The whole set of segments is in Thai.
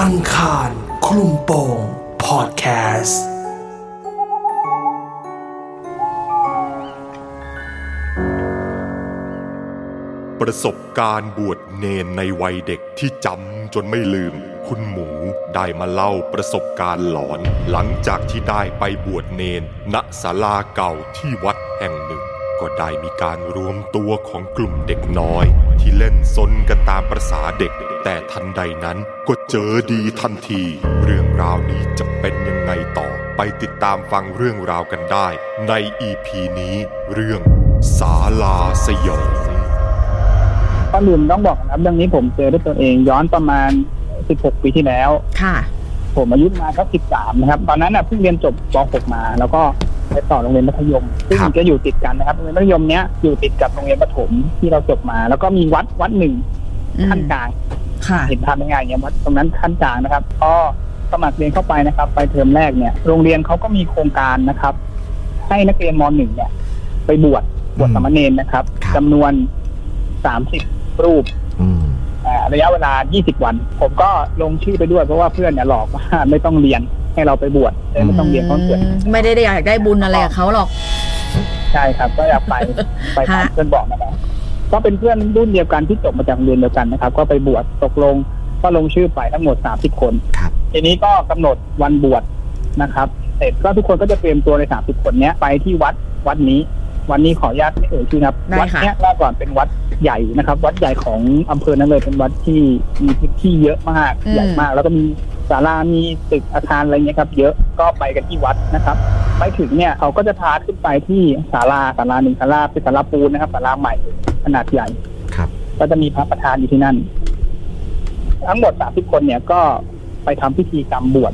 อังคารคลุมโปงพอดแคสต์ ประสบการณ์บวชเนนในวัยเด็กที่จำจนไม่ลืม คุณหมูได้มาเล่าประสบการณ์หลอน หลังจากที่ได้ไปบวชเนนณศาลาเก่าที่วัดแห่งหนึ่ง ก็ได้มีการรวมตัวของกลุ่มเด็กน้อย ที่เล่นซนกันตามประษาเด็ก แต่ทันใดนั้นก็เจอดีทันที เรื่องราวนี้จะเป็นยังไงต่อ ไปติดตามฟังเรื่องราวกันได้ ในอีพีนี้ เรื่องศาลาสยอง ก่อนอื่นต้องบอกนะครับเรื่องนี้ผมเจอด้วยตัวเองย้อนประมาณ 16 ปีที่แล้ว ค่ะ ผมอายุมาก็13 นะครับ ตอนนั้นน่ะเพิ่งเรียนจบป .6 มา แล้วก็ไปต่อโรงเรียนมัธยม ซึ่ง ครับ จะอยู่ติดกันนะครับโรงเรียนมัธยมเนี้ยอยู่ติดกับโรงเรียนประถมที่เราจบมา แล้วก็มีวัดวัดหนึ่ง อืม ขั้นกลาง ค่ะ เห็นภาพง่ายๆอย่างเงี้ยวัดตรงนั้นขั้นกลางนะครับก็สมัครเรียนเข้าไปนะครับ ไปเทอมแรกเนี่ย โรงเรียนเขาก็มีโครงการนะครับ ให้นักเรียนมหนึ่งเนี่ย ไปบวชบวชสามเณรนะครับ ครับ จำนวน 30 รูป อืม เอ่อระยะเวลา 20 วัน ผมก็ลงชื่อไปด้วยเพราะว่าเพื่อนเนี่ยหลอกว่า ไม่ต้องเรียนให้เราไปบวชเออไม่ต้องเรียนเพราะเกิด ไม่ได้อยากได้บุญอะไรกับเขาหรอก ใช่ครับ ก็อยาก ไป ไปตาม ฮะ เพื่อนบอกนะครับก็เป็นเพื่อนรุ่นเดียวกันที่จบมาจากโรงเรียนเดียวกันนะครับ ก็ไปบวชตกลงก็ลงชื่อไปทั้งหมด 30 คน ครับ ทีนี้ก็กำหนดวันบวชนะครับ เสร็จก็ทุกคนก็จะเตรียมตัวใน 30 คนเนี้ยไปที่วัดวัดนี้ วันนี้ขออนุญาตไม่เอ่ยชื่อนะครับ ได้ วัด ค่ะ เนี้ยเล่าก่อนเป็นวัดใหญ่นะครับ วัดใหญ่ของอำเภอนั้นเลยเป็นวัดที่มีพื้นที่เยอะมาก อืม ใหญ่มาก แล้วก็มีศาลามีตึกอาคารอะไรเงี้ยครับ เยอะก็ไปกันที่วัดนะครับ ไปถึงเนี่ยเขาก็จะพาขึ้นไปที่ศาลาศาลาหนึ่งศาลาเป็นศาลาปูนนะครับศาลาใหม่ขนาดใหญ่ ครับ ก็จะมีพระประธานอยู่ที่นั่น ทั้งหมด 30 คนเนี่ยก็ไปทำพิธีกรรมบวช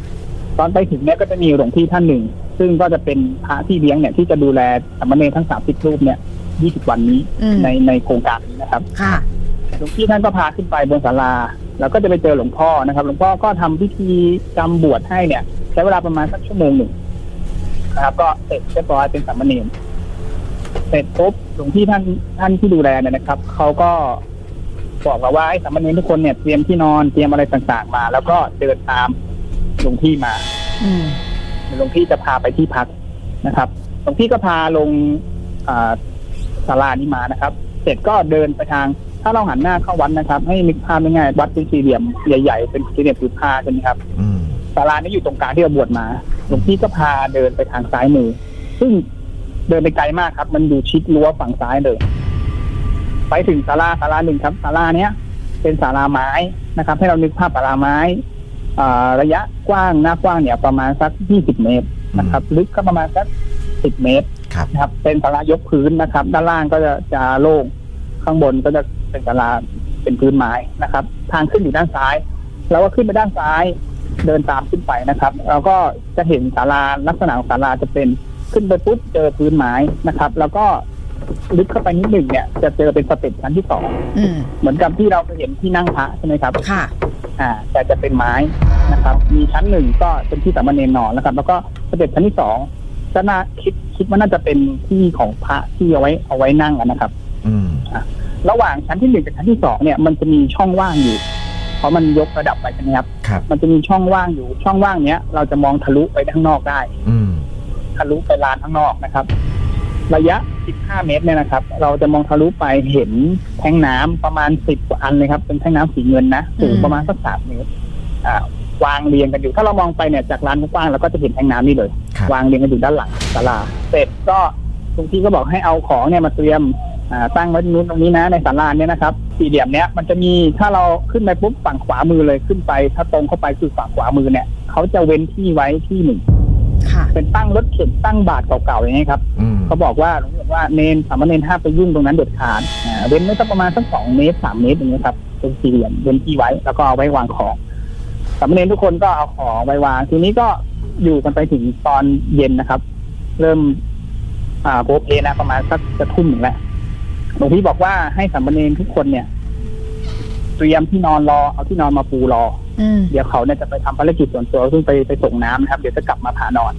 ตอนไปถึงเนี่ยก็จะมีหลวงพี่ท่านหนึ่ง ซึ่งก็จะเป็นพระที่เลี้ยงเนี่ยที่จะดูแลสามเณรทั้ง 30 รูปเนี่ย 20 วันนี้ อืม ในในโครงการนี้นะครับ ค่ะ หลวงพี่ท่านก็พาขึ้นไปบนศาลา แล้วก็จะไปเจอหลวงพ่อนะครับ หลวงพ่อก็ทำพิธีกรรมบวชให้เนี่ย ใช้เวลาประมาณสักชั่วโมงหนึ่งนะครับ ก็เสร็จเรียบร้อยเป็นสามเณรเสร็จปุ๊บหลวงพี่ท่านท่านที่ดูแลเนี่ยนะครับเขาก็บอกเราว่าไอ้สามเณรทุกคนเนี่ยเตรียมที่นอนเตรียมอะไรต่างๆมา แล้วก็เดินตามหลวงพี่มา อืม หลวงพี่จะพาไปที่พักนะครับ หลวงพี่ก็พาลงอ่าศาลานี้มานะครับ เสร็จก็เดินไปทาง ถ้าเราหันหน้าเข้าวัดนะครับ ให้นึกภาพง่ายๆวัดเป็นสี่เหลี่ยมใหญ่ๆ เป็นสี่เหลี่ยมผืนผ้าใช่ไหมครับ อืม ศาลานี้อยู่ตรงกลางที่เราบวชมา หลวงพี่ก็พาเดินไปทางซ้ายมือ ซึ่งเดินไปไกลมากครับ มันอยู่ชิดรั้วฝั่งซ้ายเลย ไปถึงศาลาศาลาหนึ่งครับศาลาเนี้ย เป็นศาลาไม้นะครับ ให้เรานึกภาพศาลาไม้อ่าระยะกว้างหน้ากว้างเนี่ยประมาณสัก 20 เมตรนะครับ ลึกก็ประมาณสัก 10 เมตร ครับ นะครับ เป็นศาลายกพื้นนะครับ ด้านล่างก็จะจะโล่ง ข้างบนก็จะเป็นศาลาเป็นพื้นไม้นะครับ ทางขึ้นอยู่ด้านซ้าย เราก็ขึ้นไปด้านซ้าย เดินตามขึ้นไปนะครับเราก็จะเห็นศาลาลักษณะของศาลาจะเป็นขึ้นไปปุ๊บเจอพื้นไม้นะครับ แล้วก็ลึกเข้าไปนิดหนึ่งเนี่ย จะเจอเป็นสเต็ปชั้นที่สอง อืม เหมือนกับที่เราเคยเห็นที่นั่งพระใช่ไหมครับ ค่ะ อ่า แต่จะเป็นไม้นะครับ มีชั้นหนึ่งก็เป็นที่สามเณรนอนนะครับ แล้วก็สเต็ปชั้นที่สองก็น่าคิดคิดว่าน่าจะเป็นที่ของพระที่เอาไว้เอาไว้นั่งอะนะครับ อืม ระหว่างชั้นที่หนึ่งกับชั้นที่สองเนี่ยมันจะมีช่องว่างอยู่ เพราะมันยกระดับไปใช่ไหมครับ ครับ มันจะมีช่องว่างอยู่ ช่องว่างเนี้ยเราจะมองทะลุไปด้านนอกได้ อืม ทะลุไปลานข้างนอกนะครับ ระยะ 15 เมตรเนี่ยนะครับ เราจะมองทะลุไปเห็นแทงน้ำประมาณ 10 กว่าอันเลยครับ เป็นแทงน้ำสีเงินนะสูง อืม ประมาณสักสามเมตร อ่าวางเรียงกันอยู่ ถ้าเรามองไปเนี่ยจากลานกว้างๆเราก็จะเห็นแทงน้ำนี่เลย ครับ วางเรียงกันอยู่ด้านหลังศาลา เสร็จก็หลวงพี่ก็บอกให้เอาของเนี่ยมาเตรียมอ่าตั้งไว้ตรงนู้นตรงนี้นะในศาลาเนี่ยนะครับ สี่เหลี่ยมเนี้ยมันจะมีถ้าเราขึ้นไปปุ๊บฝั่งขวามือเลยขึ้นไป ถ้าตรงเข้าไปคือฝั่งขวามือเนี่ยเขาจะเว้นที่ไว้ที่หนึ่ง ค่ะ เป็นตั้งรถเข็นตั้งบาทเก่าๆอย่างนี้ยครับ อืม เขาบอกว่าหลวงพี่บอกว่าเนนสามเณรห้ามไปยุ่งตรงนั้นเด็ดขาดอ่าเว้นไว้สักประมาณสักสองเมตรสามเมตรอย่างนี้ยครับเป็นสี่เหลี่ยมเว้นที่ไว้แล้วก็เอาไว้วางของสามเณรทุกคนก็เอาของไว้วาง ทีนี้ก็อยู่กันไปถึงตอนเย็นนะครับ เริ่ม อ่าโพบเพนะประมาณสักจะทุ่มหนึ่งแล้วหลวงพี่บอกว่าให้สามเณรทุกคนเนี่ย เตรียมที่นอนรอเอาที่นอนมาปูรอ อืม เดี๋ยวเขาเนี่ยจะไปทำภารกิจส่วนตัวซึ่งไปไปส่งน้ำนะครับ เดี๋ยวจะกลับมาผานอน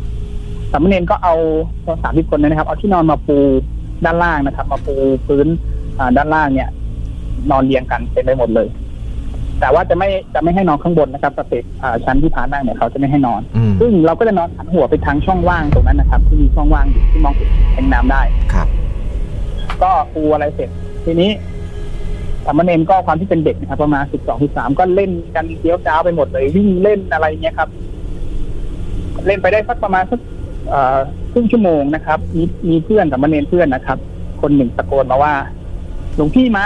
สามเณรก็เอาสามสิบคนเนยนะครับ เอาที่นอนมาปูด้านล่างนะครับ มาปูพื้นอ่าด้านล่างเนี่ย นอนเรียงกันเต็มไปหมดเลย แต่ว่าจะไม่จะไม่ให้นอนข้างบนนะครับสเตจอ่าชั้นที่พานั่งเนี่ยเขาจะไม่ให้นอน อืม ซึ่งเราก็จะนอนหันหัวไปทางช่องว่างตรงนั้นนะครับ ที่มีช่องว่างอยู่ที่มองเห็นแอ่งน้ำได้ ครับ ก็ปูอะไรเสร็จ ทีนี้สามเณรก็ความที่เป็นเด็กนะครับ ประมาณสิบสองสิบสามก็เล่นกันเดี้ยวจ้าวไปหมดเลยวิ่งเล่นอะไรเงี้ยครับ เล่นไปได้สักประมาณสักเอ่อครึ่งชั่วโมงนะครับ มีมีเพื่อนสามเณรเพื่อนนะครับ คนหนึ่งตะโกนมาว่าหลวงพี่มา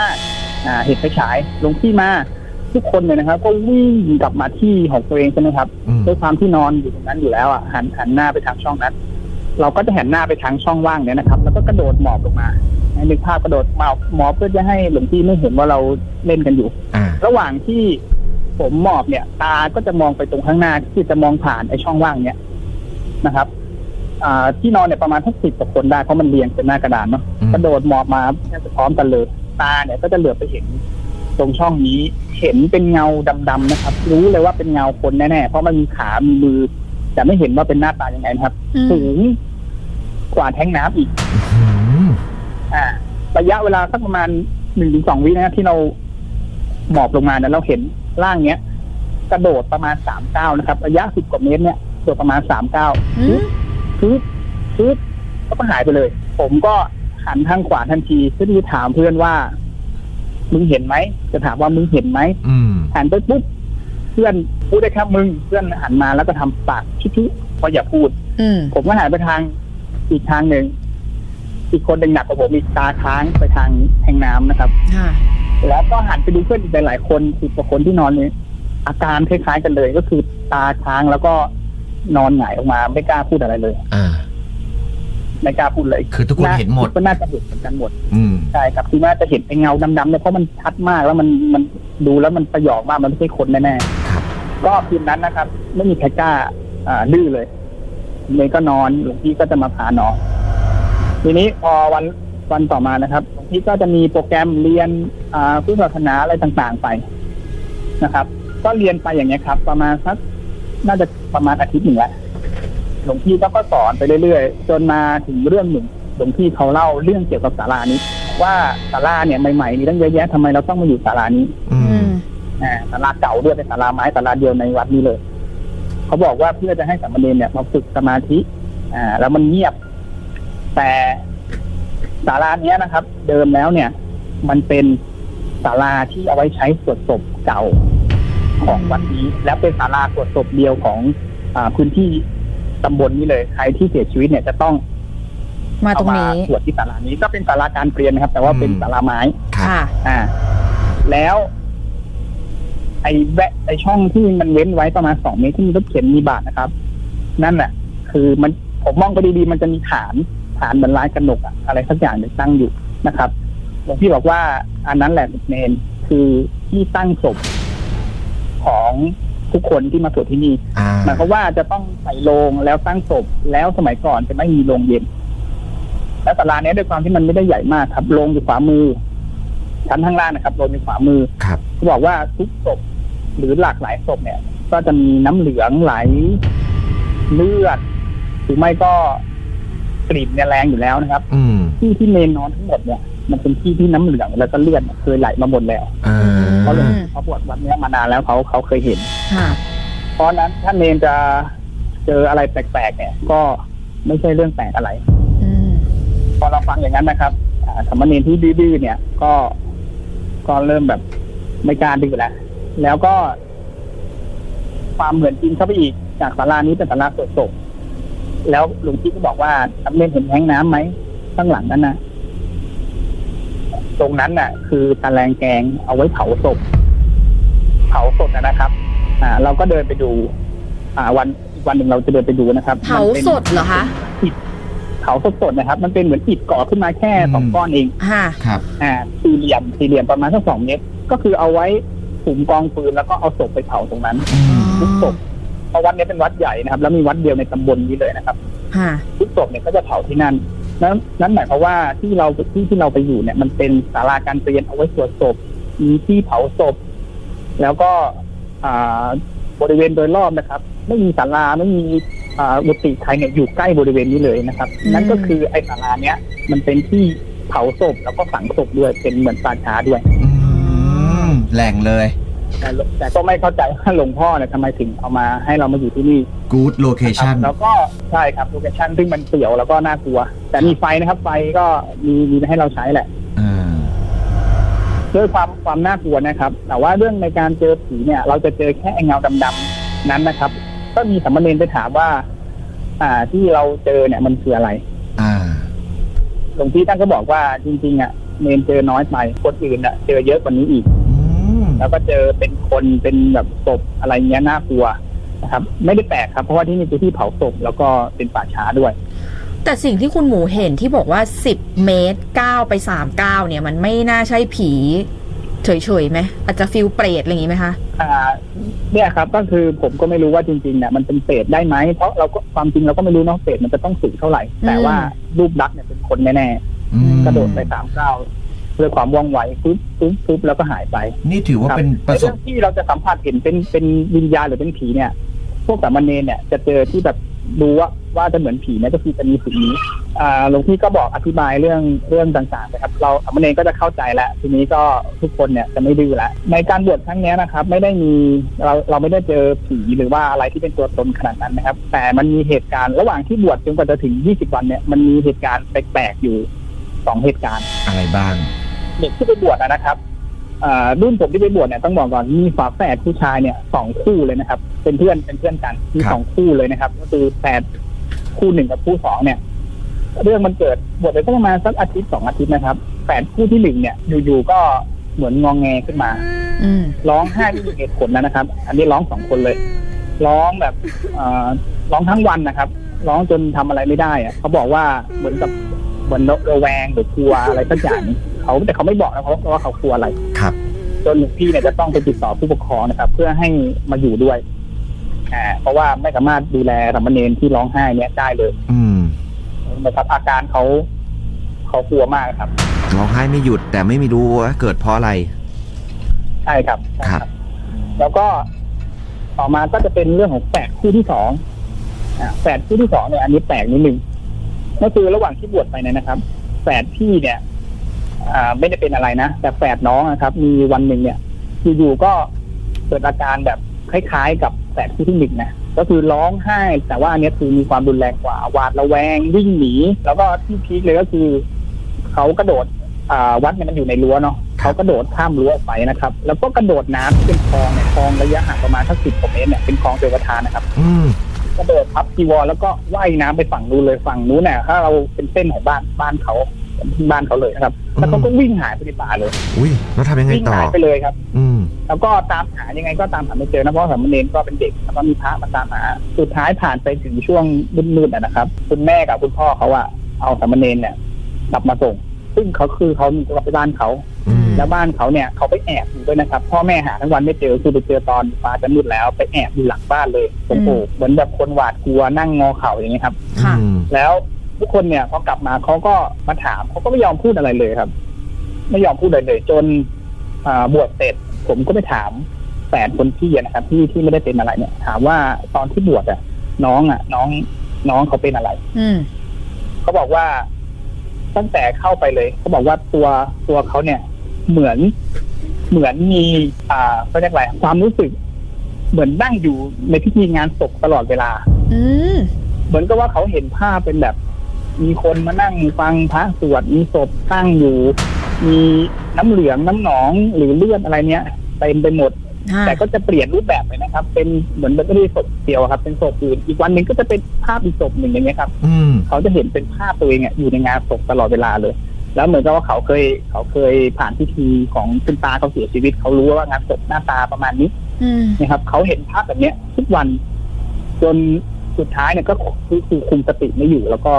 อ่าเห็นไฟฉายหลวงพี่มาทุกคนเนี่ยนะครับ ก็วิ่งกลับมาที่ของตัวเองใช่ไหมครับ อืม ด้วยความที่นอนอยู่ตรงนั้นอยู่แล้วอ่ะหันหันหน้าไปทางช่องนั้น เราก็จะหันหน้าไปทางช่องว่างเนี่ยนะครับ แล้วก็กระโดดหมอบลงมาให้นึกภาพกระโดดหมอบหมอบเพื่อจะให้หลวงพี่ไม่เห็นว่าเราเล่นกันอยู่ อ่า ระหว่างที่ผมหมอบเนี่ย ตาก็จะมองไปตรงข้างหน้าที่จะมองผ่านไอ้ช่องว่างเนี่ยนะครับอ่าที่นอนเนี่ยประมาณทั้งสิบกว่าคนได้เพราะมันเรียงเป็นหน้ากระดานเนาะ อืม กระโดดหมอบมาแทบจะพร้อมกันเลย ตาเนี่ยก็จะเหลือบไปเห็น ตรงช่องนี้เห็นเป็นเงาดำๆนะครับ รู้เลยว่าเป็นเงาคนแน่ๆเพราะมันมีขามีมือ แต่ไม่เห็นว่าเป็นหน้าตายังไงนะครับ อืม สูงกว่าแท้งน้ำอีก อืม อ่า ระยะเวลาสักประมาณหนึ่งถึงสองวินะที่เราหมอบลงมาเนี่ยเราเห็นร่างเนี้ย กระโดดประมาณสามเก้าวนะครับ ระยะสิบกว่าเมตรเนี่ยกระโดดประมาณสามเก้าว อืม ซื้อซื้อแล้วก็หายไปเลย ผมก็หันทางขวาทันทีเพื่อที่จะถามเพื่อนว่า มึงเห็นไหม จะถามว่ามึงเห็นไหม อืม หันไปปุ๊บเพื่อนพูดได้แค่มึง เพื่อนหันมาแล้วก็ทำปากชิ่ๆเพราะอย่าพูด อืม ผมก็หันไปทางอีกทางหนึ่งอีกคนหนึ่งหนักกว่าผมอีกตาค้างไปทางแทงน้ำนะครับ ค่ะ แล้วก็หันไปดูเพื่อนอีกหลายๆคนสิบกว่าคนที่นอนเนี่ยอาการคล้ายๆกันเลย ก็คือตาค้างแล้วก็นอนหงายออกมาไม่กล้าพูดอะไรเลย อ่า ไม่กล้าพูดเลย คือทุกคนเห็นหมด ก็น่าจะเห็นเหมือนกันหมด อืม ใช่ครับคือน่าจะเห็นเป็นเงาดำๆเนี่ยเพราะมันชัดมากแล้วมันมันดูแล้วมันประหยอกมากมันไม่ใช่คนแน่ ครับ ๆก็คืนนั้นนะครับ ไม่มีใครกล้าอ่าดื้อเลยเมย์ก็นอนหลวงพี่ก็จะมาพานอนทีนี้พอวันวันต่อมานะครับหลวงพี่ก็จะมีโปรแกรมเรียนอ่าพุทธศาสนาอะไรต่างๆไปนะครับ ก็เรียนไปอย่างเงี้ยครับ ประมาณสักน่าจะประมาณอาทิตย์หนึ่งแล้ว หลวงพี่ก็ก็สอนไปเรื่อยๆ จนมาถึงเรื่องหนึ่งหลวงพี่เขาเล่าเรื่องเกี่ยวกับศาลานี้ ว่าศาลาเนี่ยใหม่ๆมีตั้งเยอะแยะทำไมเราต้องมาอยู่ศาลานี้ อื อื ม ม อ่าศาลาเก่าด้วยเป็นศาลาไม้ศาลาเดียวในวัดนี้เลย เขาบอกว่าเพื่อจะให้สามเณรเนี่ยมาฝึกสมาธิ อ่า แล้วมันเงียบ แต่ศาลาเนี้ยนะครับ เดิมแล้วเนี่ย มันเป็นศาลาที่เอาไว้ใช้สวดศพเก่าของวัดนี้ และเป็นศาลาสวดศพเดียวของอาพื้นที่ตำบลนี้เลยใครที่เสียชีวิตเนี่ยจะต้อง มาตรงนี้ เอามาตรวจที่ศาลานี้ก็เป็นศาลาการเปลี่ยนนะครับ แต่ว่าเป็นศาลาไม้ ครับ ค่ะ อ่า แล้ว ไอ้แวะไอ้ช่องที่มันเว้นไว้ประมาณสองเมตรที่มีรถเข็นมีบาทนะครับ นั่นแหละคือมันผมมองไปดีๆมันจะมีฐานฐานเหมือนลายกระหนกอะอะไรสักอย่างหนึ่งตั้งอยู่นะครับหลวงพี่บอกว่าอันนั้นแหละเนนคือที่ตั้งศพของทุกคนที่มาตรวจที่นี่ อ่า หมายความว่าจะต้องใส่โลงแล้วตั้งศพแล้วสมัยก่อนจะไม่มีโลงเย็น และศาลาเนี้ยด้วยความที่มันไม่ได้ใหญ่มากครับโลงอยู่ขวามือ ชั้นข้างล่างนะครับโลงอยู่ขวามือ ครับ เขาบอกว่าทุกศพหรือหลากหลายศพเนี่ย ก็จะมีน้ำเหลืองไหลเลือดหรือไม่ก็กลิ่นเนี่ยแรงอยู่แล้วนะครับ อืม ที่ที่เมนนอนทั้งหมดเนี่ย มันเป็นที่ที่น้ำเหลืองแล้วก็เลือดเนี่ยเคยไหลมาหมดแล้ว อ่า เพราะหลวง อืม เขาบวชวัดเนี้ยมานานแล้วเขาเขาเคยเห็น ค่ะ เพราะฉะนั้นถ้าเนนจะเจออะไรแปลกๆเนี่ย ก็ไม่ใช่เรื่องแปลกอะไร อืม พอเราฟังอย่างนั้นนะครับอ่าสามเณรที่ดื้อๆเนี่ยก็ก็เริ่มแบบไม่กล้าดื้อแล้วแล้วก็ ความเหมือนจริงเข้าไปอีกจากศาลานี้เป็นศาลาสวดศพแล้วหลวงพี่ก็บอกว่าสามเณรเห็นแท้งน้ำไหมข้างหลังนั้นนะตรงนั้นน่ะ คือตะแลงแกงเอาไว้เผาศพเผาศพนะนะครับ อ่า เราก็เดินไปดู อ่า วันอีกวันหนึ่งเราจะเดินไปดูนะครับ เผา มันป็น สดเหรอคะ เผาสดๆนะครับ มันเป็นเหมือนอิฐก่อขึ้นมาแค่สองก้อนเอง ค่ะ ครับ อ่า สี่เหลี่ยม สี่เหลี่ยมประมาณสักสองเมตร ก็คือเอาไว้ถุมกองฟืนแล้วก็เอาศพไปเผาตรงนั้น อืม ทุกศพเพราะวัดเนี้ยเป็นวัดใหญ่นะครับ แล้วมีวัดเดียวในตำบลนี้เลยนะครับ ค่ะ ทุกศพเนี่ยก็จะเผาที่นั่น นั้นนั้นหมายความว่าที่เราที่ที่เราไปอยู่เนี่ย มันเป็นศาลาการเรียนเอาไว้สวดศพ มีที่เผาศพ แล้วก็อ่าบริเวณโดยรอบนะครับ ไม่มีศาลาไม่มีอ่าอุติไทยเนี่ยอยู่ใกล้บริเวณนี้เลยนะครับ อืม นั่นก็คือไอ้ศาลาเนี้ยมันเป็นที่เผาศพแล้วก็ฝังศพด้วยเป็นเหมือนป่าช้าด้วย อืม แหล่งเลย แต่แต่ก็ไม่เข้าใจว่าหลวงพ่อเนี่ยทำไมถึงเอามาให้เรามาอยู่ที่นี่ Good ครั Location บแล้วก็ใช่ครับโลเคชั่นซึ่งมันเสี่ยวแล้วก็น่ากลัว แต่มีไฟนะครับ ไฟก็มีมีให้เราใช้แหละ อ่า ด้วยความความน่ากลัวนะครับ แต่ว่าเรื่องในการเจอผีเนี่ย เราจะเจอแค่ไอ้เงาดำๆนั้นนะครับ ก็มีสามเณรไปถามว่า อ่าที่เราเจอเนี่ยมันคืออะไร อ่า หลวงพี่ท่านก็บอกว่าจริงๆอ่ะเนนเจอน้อยไปคนอื่นอ่ะ เจอเยอะกว่านี้อีก อืม แล้วก็เจอเป็นคนเป็นแบบศพอะไรเงี้ยน่ากลัวนะครับ ไม่ได้แปลกครับเพราะว่าที่นี่คือที่เผาศพแล้วก็เป็นป่าช้าด้วย แต่สิ่งที่คุณหมูเห็นที่บอกว่า 10 เมตร 9 ไป 3 9 เนี่ย มันไม่น่าใช่ผี เฉยๆไหมอาจจะฟิลเปรตอะไรอย่างงี้ไหมคะ อ่าเนี่ยครับก็คือผมก็ไม่รู้ว่าจริงๆเนี่ยมันเป็นเศษได้ไหมเพราะเราก็ความจริงเราก็ไม่รู้เนอะเศษมันจะต้องสูงเท่าไหร่ อืม แต่ว่ารูปลักษณ์เนี่ยเป็นคนแน่ อืม ๆกระโดดไปสามก้าวด้วยความว่องไวปึ๊บปึ๊บปึ๊บแล้วก็หายไป นี่ถือว่าเป็นประ ใน ส เรื่ บ องที่เราจะสัมผัสเห็นเป็นเป็นวิญญาณหรือเป็นผีเนี่ย พวกสามเณรเนี่ยจะเจอที่แบบดูว่าว่าจะเหมือนผีเนี่ยก็คือจะมีสิ่งนี้อ่าหลวงพี่ก็บอกอธิบายเรื่องเรื่องต่างๆนะครับ เราสามเณรก็จะเข้าใจแล้วทีนี้ก็ทุกคนเนี่ยจะไม่ดื้อแล้วในการบวชครั้งเนี้ยนะครับ ไม่ได้มีเราเราไม่ได้เจอผีหรือว่าอะไรที่เป็นตัวตนขนาดนั้นนะครับ แต่มันมีเหตุการณ์ระหว่างที่บวชจนกว่าจะถึง 20 วันเนี่ยมันมีเหตุการณ์แปลกๆอยู่สองเหตุการณ์ อะไรบ้าง เด็กที่ไปบวชอะนะครับอ่ารุ่นผมที่ไปบวชเนี่ยต้องบอกก่อนมีฝาแฝดผู้ชายเนี่ยสองคู่เลยนะครับ เป็นเพื่อนเป็นเพื่อนกันมี ครับ สองคู่เลยนะครับ ก็คือแฝดคู่หนึ่งกับคู่สองเนี่ย เรื่องมันเกิดบวชไปสักประมาณสักอาทิตย์สองอาทิตย์นะครับแฝดคู่ที่หนึ่งเนี่ยอยู่ๆก็เหมือนงองแงขึ้นมา อืม ร้องไห้ไม่มีเหตุผลแล้วนะครับ อันนี้ร้องสองคนเลย ร้องแบบเอ่อร้องทั้งวันนะครับ ร้องจนทำอะไรไม่ได้อะเขาบอกว่าเหมือนกับเหมือนระแวงหรือกลัวอะไรสักอย่างเขาแต่เขาไม่บอกนะเขาว่าเขากลัวอะไร ครับ จนหลวงพี่เนี่ยจะต้องไปติดต่อผู้ปกครองนะครับ เพื่อให้มาอยู่ด้วยอ่าเพราะว่าไม่สามารถดูแลสามเณรที่ร้องไห้เนี่ยได้เลย อืม นะครับอาการเขาเขากลัวมากครับ ร้องไห้ไม่หยุดแต่ไม่มีรู้ว่าเกิดเพราะอะไร ใช่ครับ ครับ แล้วก็ต่อมาก็จะเป็นเรื่องของแฝดคู่ที่สองอ่ะแฝดคู่ที่สองเนี่ยอันนี้แปลกนิดนึงก็คือระหว่างที่บวชไปเนี่ยนะครับแฝดพี่เนี่ยอ่าไม่ได้เป็นอะไรนะแต่แฝดน้องนะครับ มีวันหนึ่งเนี่ยอยู่ๆก็เกิดอาการแบบคล้ายๆ กับแฝดคู่ที่หนึ่งนะก็คือร้องไห้ แต่ว่าอันเนี้ยคือมีความรุนแรงกว่าหวาดระแวงวิ่งหนีแล้วก็ที่พีคเลยก็คือเขากระโดด อ่าวัดเนี่ยมันอยู่ในรั้วเนาะเขากระโดดข้ามรั้วออกไปนะครับ แล้วก็กระโดดน้ำที่เป็นคลองเนี่ยคลองระยะห่างประมาณสักสิบกว่าเมตรเนี่ยเป็นคลองเจวทานนะครับ อืม กระโดดพับจีวรแล้วก็ว่ายน้ำไปฝั่งนู้นเลยฝั่งนู้นเนี่ยถ้าเราเป็นเส้นของบ้านบ้านเขาที่บ้านเขาเลยนะครับแล้วเขาก็วิ่งหายไปในป่าเลย อุ้ยแล้วทำยังไง วิ่ง ต่อ หายไปเลยครับ อืม แล้วก็ตามหายังไงก็ตามหาไม่เจอนะเพราะสามเณรก็เป็นเด็กแล้วก็มีพระมาตามหาสุดท้ายผ่านไปถึงช่วงมืดๆอะนะครับคุณแม่กับคุณพ่อเขาอะเอาสามเณรเนี่ยกลับมาส่ง ซึ่งเขาคือเขามีกลับไปบ้านเขา อืม แล้วบ้านเขาเนี่ยเขาไปแอบอยู่ด้วยนะครับ พ่อแม่หาทั้งวันไม่เจอคือไปเจอตอนฟ้าจะมืดแล้วไปแอบอยู่หลังบ้านเลยโอ้โห อืม เหมือนแบบคนหวาดกลัวนั่งงอเข่าอย่างนี้ยครับ ค่ะ อืม แล้วทุกคนเนี่ยพอกลับมาเขาก็มาถามเขาก็ไม่ยอมพูดอะไรเลยครับ ไม่ยอมพูดอะไรเลย จนอ่าบวชเสร็จ ผมก็ไปถามแฝดคนพี่อะนะครับที่ที่ไม่ได้เป็นอะไรเนี่ย ถามว่าตอนที่บวชอ่ะ น้องอ่ะ น้องน้องเขาเป็นอะไร อืม เขาบอกว่าตั้งแต่เข้าไปเลย เขาบอกว่าตัวตัวเขาเนี่ย เหมือนเหมือนมี อ่าเขาเรียกอะไรความรู้สึก เหมือนนั่งอยู่ในพิธีงานศพตลอดเวลา อืม เหมือนกับว่าเขาเห็นภาพเป็นแบบ มีคนมานั่งฟังพระสวดมีศพตั้งอยู่ มีน้ำเหลืองน้ำหนองหรือเลือดอะไรเนี้ยเต็มไปหมด ค่ะ แต่ก็จะเปลี่ยนรูปแบบไปนะครับ เป็นเหมือนมันไม่ได้ศพเดียวครับ เป็นศพอื่นอีกวันหนึ่งก็จะเป็นภาพอีกศพหนึ่งอย่างเงี้ยครับ อืม เขาจะเห็นเป็นภาพตัวเองอะอยู่ในงานศพตลอดเวลาเลย แล้วเหมือนกับว่าเขาเคย เขาเคยผ่านพิธีของคุณตาเขาเสียชีวิต เขารู้ว่างานศพหน้าตาประมาณนี้ อืม นะครับ เขาเห็นภาพแบบเนี้ยทุกวันจนสุดท้ายเนี่ยก็คือคือคุมสติไม่อยู่ แล้วก็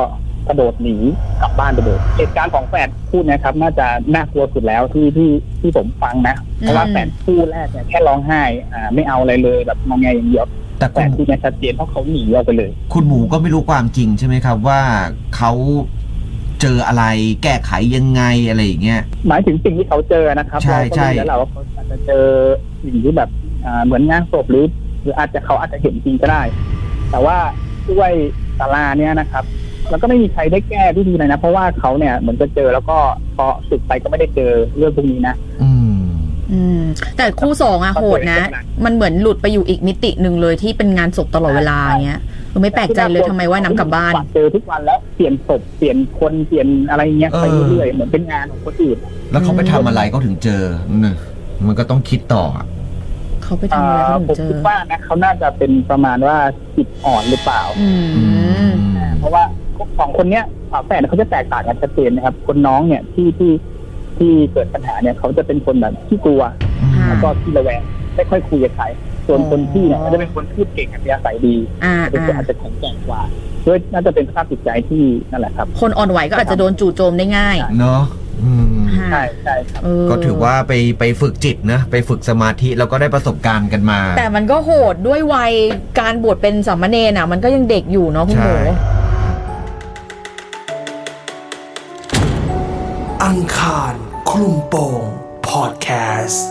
กระโดดหนีกลับบ้านไปเลยเหตุการณ์ของแฟนคู่เนะครับ น่าจะน่ากลัวสุดแล้วที่ที่ที่ผมฟังนะเพราะว่า อืม แฟนคู่แรกเนี่ยแค่ร้องไห้อ่าไม่เอาอะไรเลยแบบมองไงอย่างเดียว แต่ แฟ คุณ นคู่เนี่ยชัดเจนเพราะเขาหนีออกไปเลย คุณหมูก็ไม่รู้ความจริงใช่ไหมครับว่าเขาเจออะไรแก้ไขยังไงอะไรอย่างเงี้ย หมายถึงสิ่งที่เขาเจอนะครับ ใช่ เราก็ ใช่ ไม่รู้แล้วแหละว่าเขาอาจจะเจอสิ่งที่แบบอ่าเหมือนงานศพหรือ หรืออาจจะเขาอาจจะเห็นจริงก็ได้ แต่ว่าด้วยศาลาเนี่ยนะครับ แล้วก็ไม่มีใครได้แก้วิธีเลยนะ เพราะว่าเขาเนี่ยเหมือนจะเจอแล้วก็พอสึกไปก็ไม่ได้เจอเรื่องพวกนี้นะ อืม อืม แต่คู่สองอะโหดนะ มันเหมือนหลุดไปอยู่อีกมิติหนึ่งเลยที่เป็นงานศพตลอดเวลาอย่างเงี้ยเออไม่แปลกใจเลยทำไมว่ายน้ำกลับบ้าน เจอทุกวันแล้วเปลี่ยนศพเปลี่ยนคนเปลี่ยนอะไรเงี้ย เออ ไปเรื่อยๆเหมือนเป็นงานของคนอื่น แล้วเขาไปทำอะไรเขาถึงเจอน่ะมันก็ต้องคิดต่ออะ เขาไป อ่ ทำอะาไรผเขาถึม งเจ คิด อ ว่านะเขาน่าจะเป็นประมาณว่าจิตอ่อนหรือเปล่า อืม เพราะว่าสองคนเนี้ยฝาแฝดเขาจะแตกต่างกันชัดเจนนะครับ คนน้องเนี่ยที่ที่ที่เกิดปัญหาเนี่ยเขาจะเป็นคนแบบที่กลัว อืม ค่ะ แล้วก็ที่ระแวงไม่ค่อยคุยกับใครส่วนคนพี่เนี่ยเขาจะเป็นคนพูดเก่งอัธยาศัยดี อ่า เป็น อ่า คนอาจจะแข็งแกร่งกว่าด้วยน่าจะเป็นสภาพจิตใจที่นั่นแหละครับ คนอ่อนไหวก็อาจจะโดนจู่โจมได้ง่าย เนาะอืม ใช่ใช่ครับ เออ ก็ถือว่าไปไปฝึกจิตนะ ไปฝึกสมาธิแล้วก็ได้ประสบการณ์กันมา แต่มันก็โหดด้วยวัยการบวชเป็นสามเณรอ่ะ มันก็ยังเด็กอยู่เนาะคุณหมู ใช่ อังคารคลุมโปงพอดแคสต์